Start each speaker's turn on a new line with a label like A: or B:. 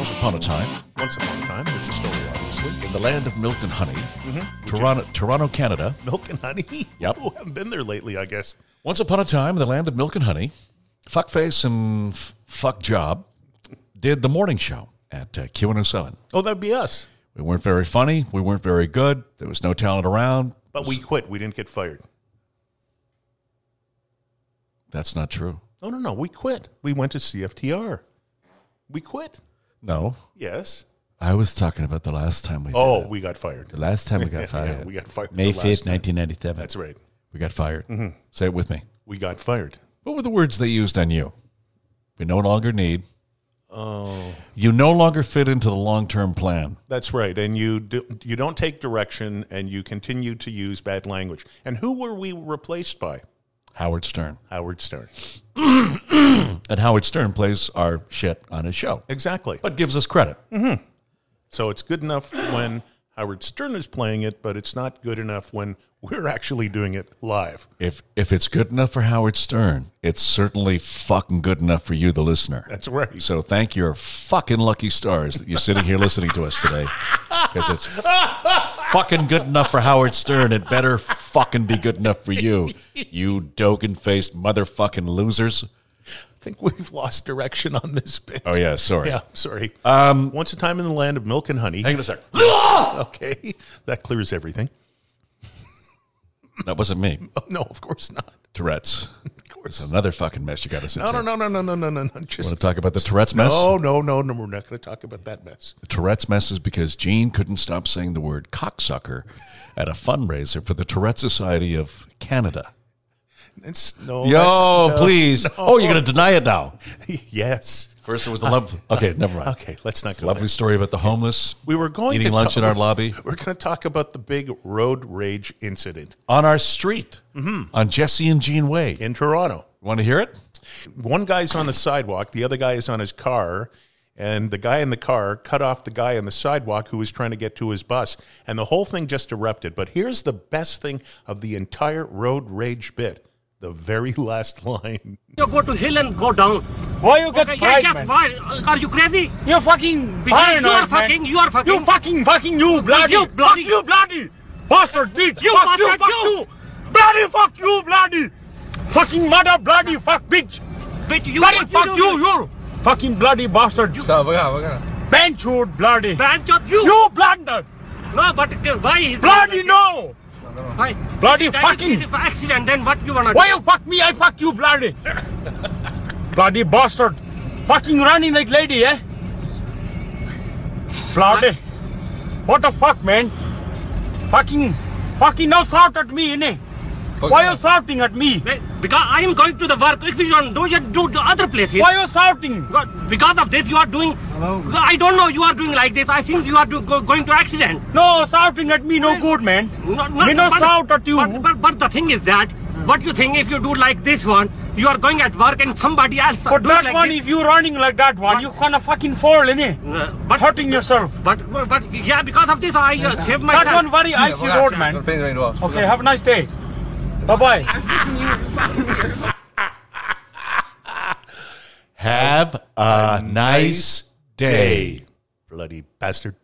A: upon a time,
B: Once upon a time, it's a story, obviously.
A: in the land of milk and honey,
B: Mm-hmm.
A: Toronto, Toronto, Canada.
B: Milk and honey.
A: Yep.
B: Ooh, haven't been there lately, I guess.
A: Once upon a time, in the land of milk and honey, fuckface and f- fuck job did the morning show at uh, Q107.
B: Oh, that'd be us.
A: We weren't very funny. We weren't very good. There was no talent around.
B: But we quit. We didn't get fired.
A: That's not true.
B: No, no, no. We quit. We went to CFTR. We quit.
A: No,
B: Yes.
A: I was talking about the last time we.
B: Oh,
A: did it.
B: we got fired.
A: the last time we got fired.
B: Yeah, we got fired.
A: May
B: the last
A: fifth,
B: time.
A: nineteen ninety-seven.
B: That's Mm-hmm. right.
A: We got fired. Say it with me.
B: We got fired.
A: What were the words they used on you? We no longer need.
B: Oh,
A: You no longer fit into the long-term plan.
B: that's right. And you do, you don't take direction, and you continue to use bad language. And who were we replaced by?
A: Howard Stern.
B: Howard Stern.
A: And Howard Stern plays our shit on his show,
B: Exactly.
A: but gives us credit.
B: Mm-hmm. So it's good enough when Howard Stern is playing it, but it's not good enough when we're actually doing it live.
A: If if it's good enough for Howard Stern, it's certainly fucking good enough for you, the listener.
B: That's right.
A: So thank your fucking lucky stars that you're sitting here listening to us today, because it's fucking good enough for Howard Stern. It better fucking be good enough for you, you dogan faced motherfucking losers.
B: I think we've lost direction on this bit.
A: Oh yeah, sorry.
B: Yeah, sorry. Um, Once a time in the land of milk and honey.
A: Hang on a sec.
B: Okay, that clears everything.
A: That wasn't me.
B: Oh, no, of course not.
A: Tourette's.
B: Of course.
A: It's another fucking mess you got us
B: No,
A: into.
B: no, no, no, no, no, no, no. no.
A: Want
B: Just
A: to talk about the Tourette's mess?
B: oh no, no, no. We're not going to talk about that mess.
A: The Tourette's mess is because Gene couldn't stop saying the word cocksucker at a fundraiser for the Tourette Society of Canada.
B: It's no.
A: Yo,
B: that's- no.
A: please. Oh, you're going to deny it now.
B: yes.
A: First, it was the love. Okay, never mind.
B: Okay, let's not go.
A: Lovely
B: there.
A: story about the homeless.
B: We were going
A: eating
B: to
A: lunch
B: talk-
A: in our lobby
B: We're going to talk about the big road rage incident
A: on our street on Jesse and Gene Way.
B: in Toronto.
A: Want to hear it?
B: one guy's on the sidewalk, the other guy is on his car, and the guy in the car cut off the guy on the sidewalk who was trying to get to his bus, and the whole thing just erupted. But here's the best thing of the entire road rage bit the very last line.
C: You go to hill and go down.
D: Why you get
C: Okay, yeah,
D: fried,
C: yes,
D: man?
C: why? Are you crazy?
D: You're fucking
C: You are
D: paranoid, man.
C: fucking- you are fucking-
D: You fucking, fucking, you bloody,
C: you bloody-
D: fuck you bloody, bastard, bitch,
C: You
D: fuck you,
C: bastard,
D: fuck
C: you.
D: you, bloody, fuck you, bloody, fucking mother, bloody, fuck bitch,
C: Bitch, you
D: bloody,
C: what
D: fuck
C: you,
D: you,
C: do,
D: you, fucking bloody bastard, you, bench you, bloody,
C: Branch out you.
D: you blunder,
C: No, but uh, why? is-
D: bloody no,
C: Why?
D: Bloody
C: That is
D: fucking-
C: if accident. Then what you wanna
D: why
C: do?
D: you fuck me, I fuck you, bloody, bloody bastard, fucking running like lady, eh, bloody, what the fuck, man, fucking, fucking now shout at me, innit? Why you shouting at me?
C: Well, Because I am going to the work. If you don't do, you do the other places.
D: Why you shouting?
C: Because- Because of this, you are doing. I don't know. You are doing like this. I think you are do, go, going to accident.
D: No, shouting at me no good, man.
C: Not,
D: Me no shout at you.
C: But, but, but the thing is that what you think if you do like this one, you are going at work and somebody else.
D: But
C: do
D: that
C: like
D: one,
C: this.
D: if you running like that one, you gonna fucking fall, innit?
C: Uh,
D: But
C: but
D: hurting yourself.
C: But, but but yeah, because of this, I uh, saved myself.
D: That one very icy road, man. Okay, have a nice day. Bye bye.
A: Have a nice
B: Bloody bastard.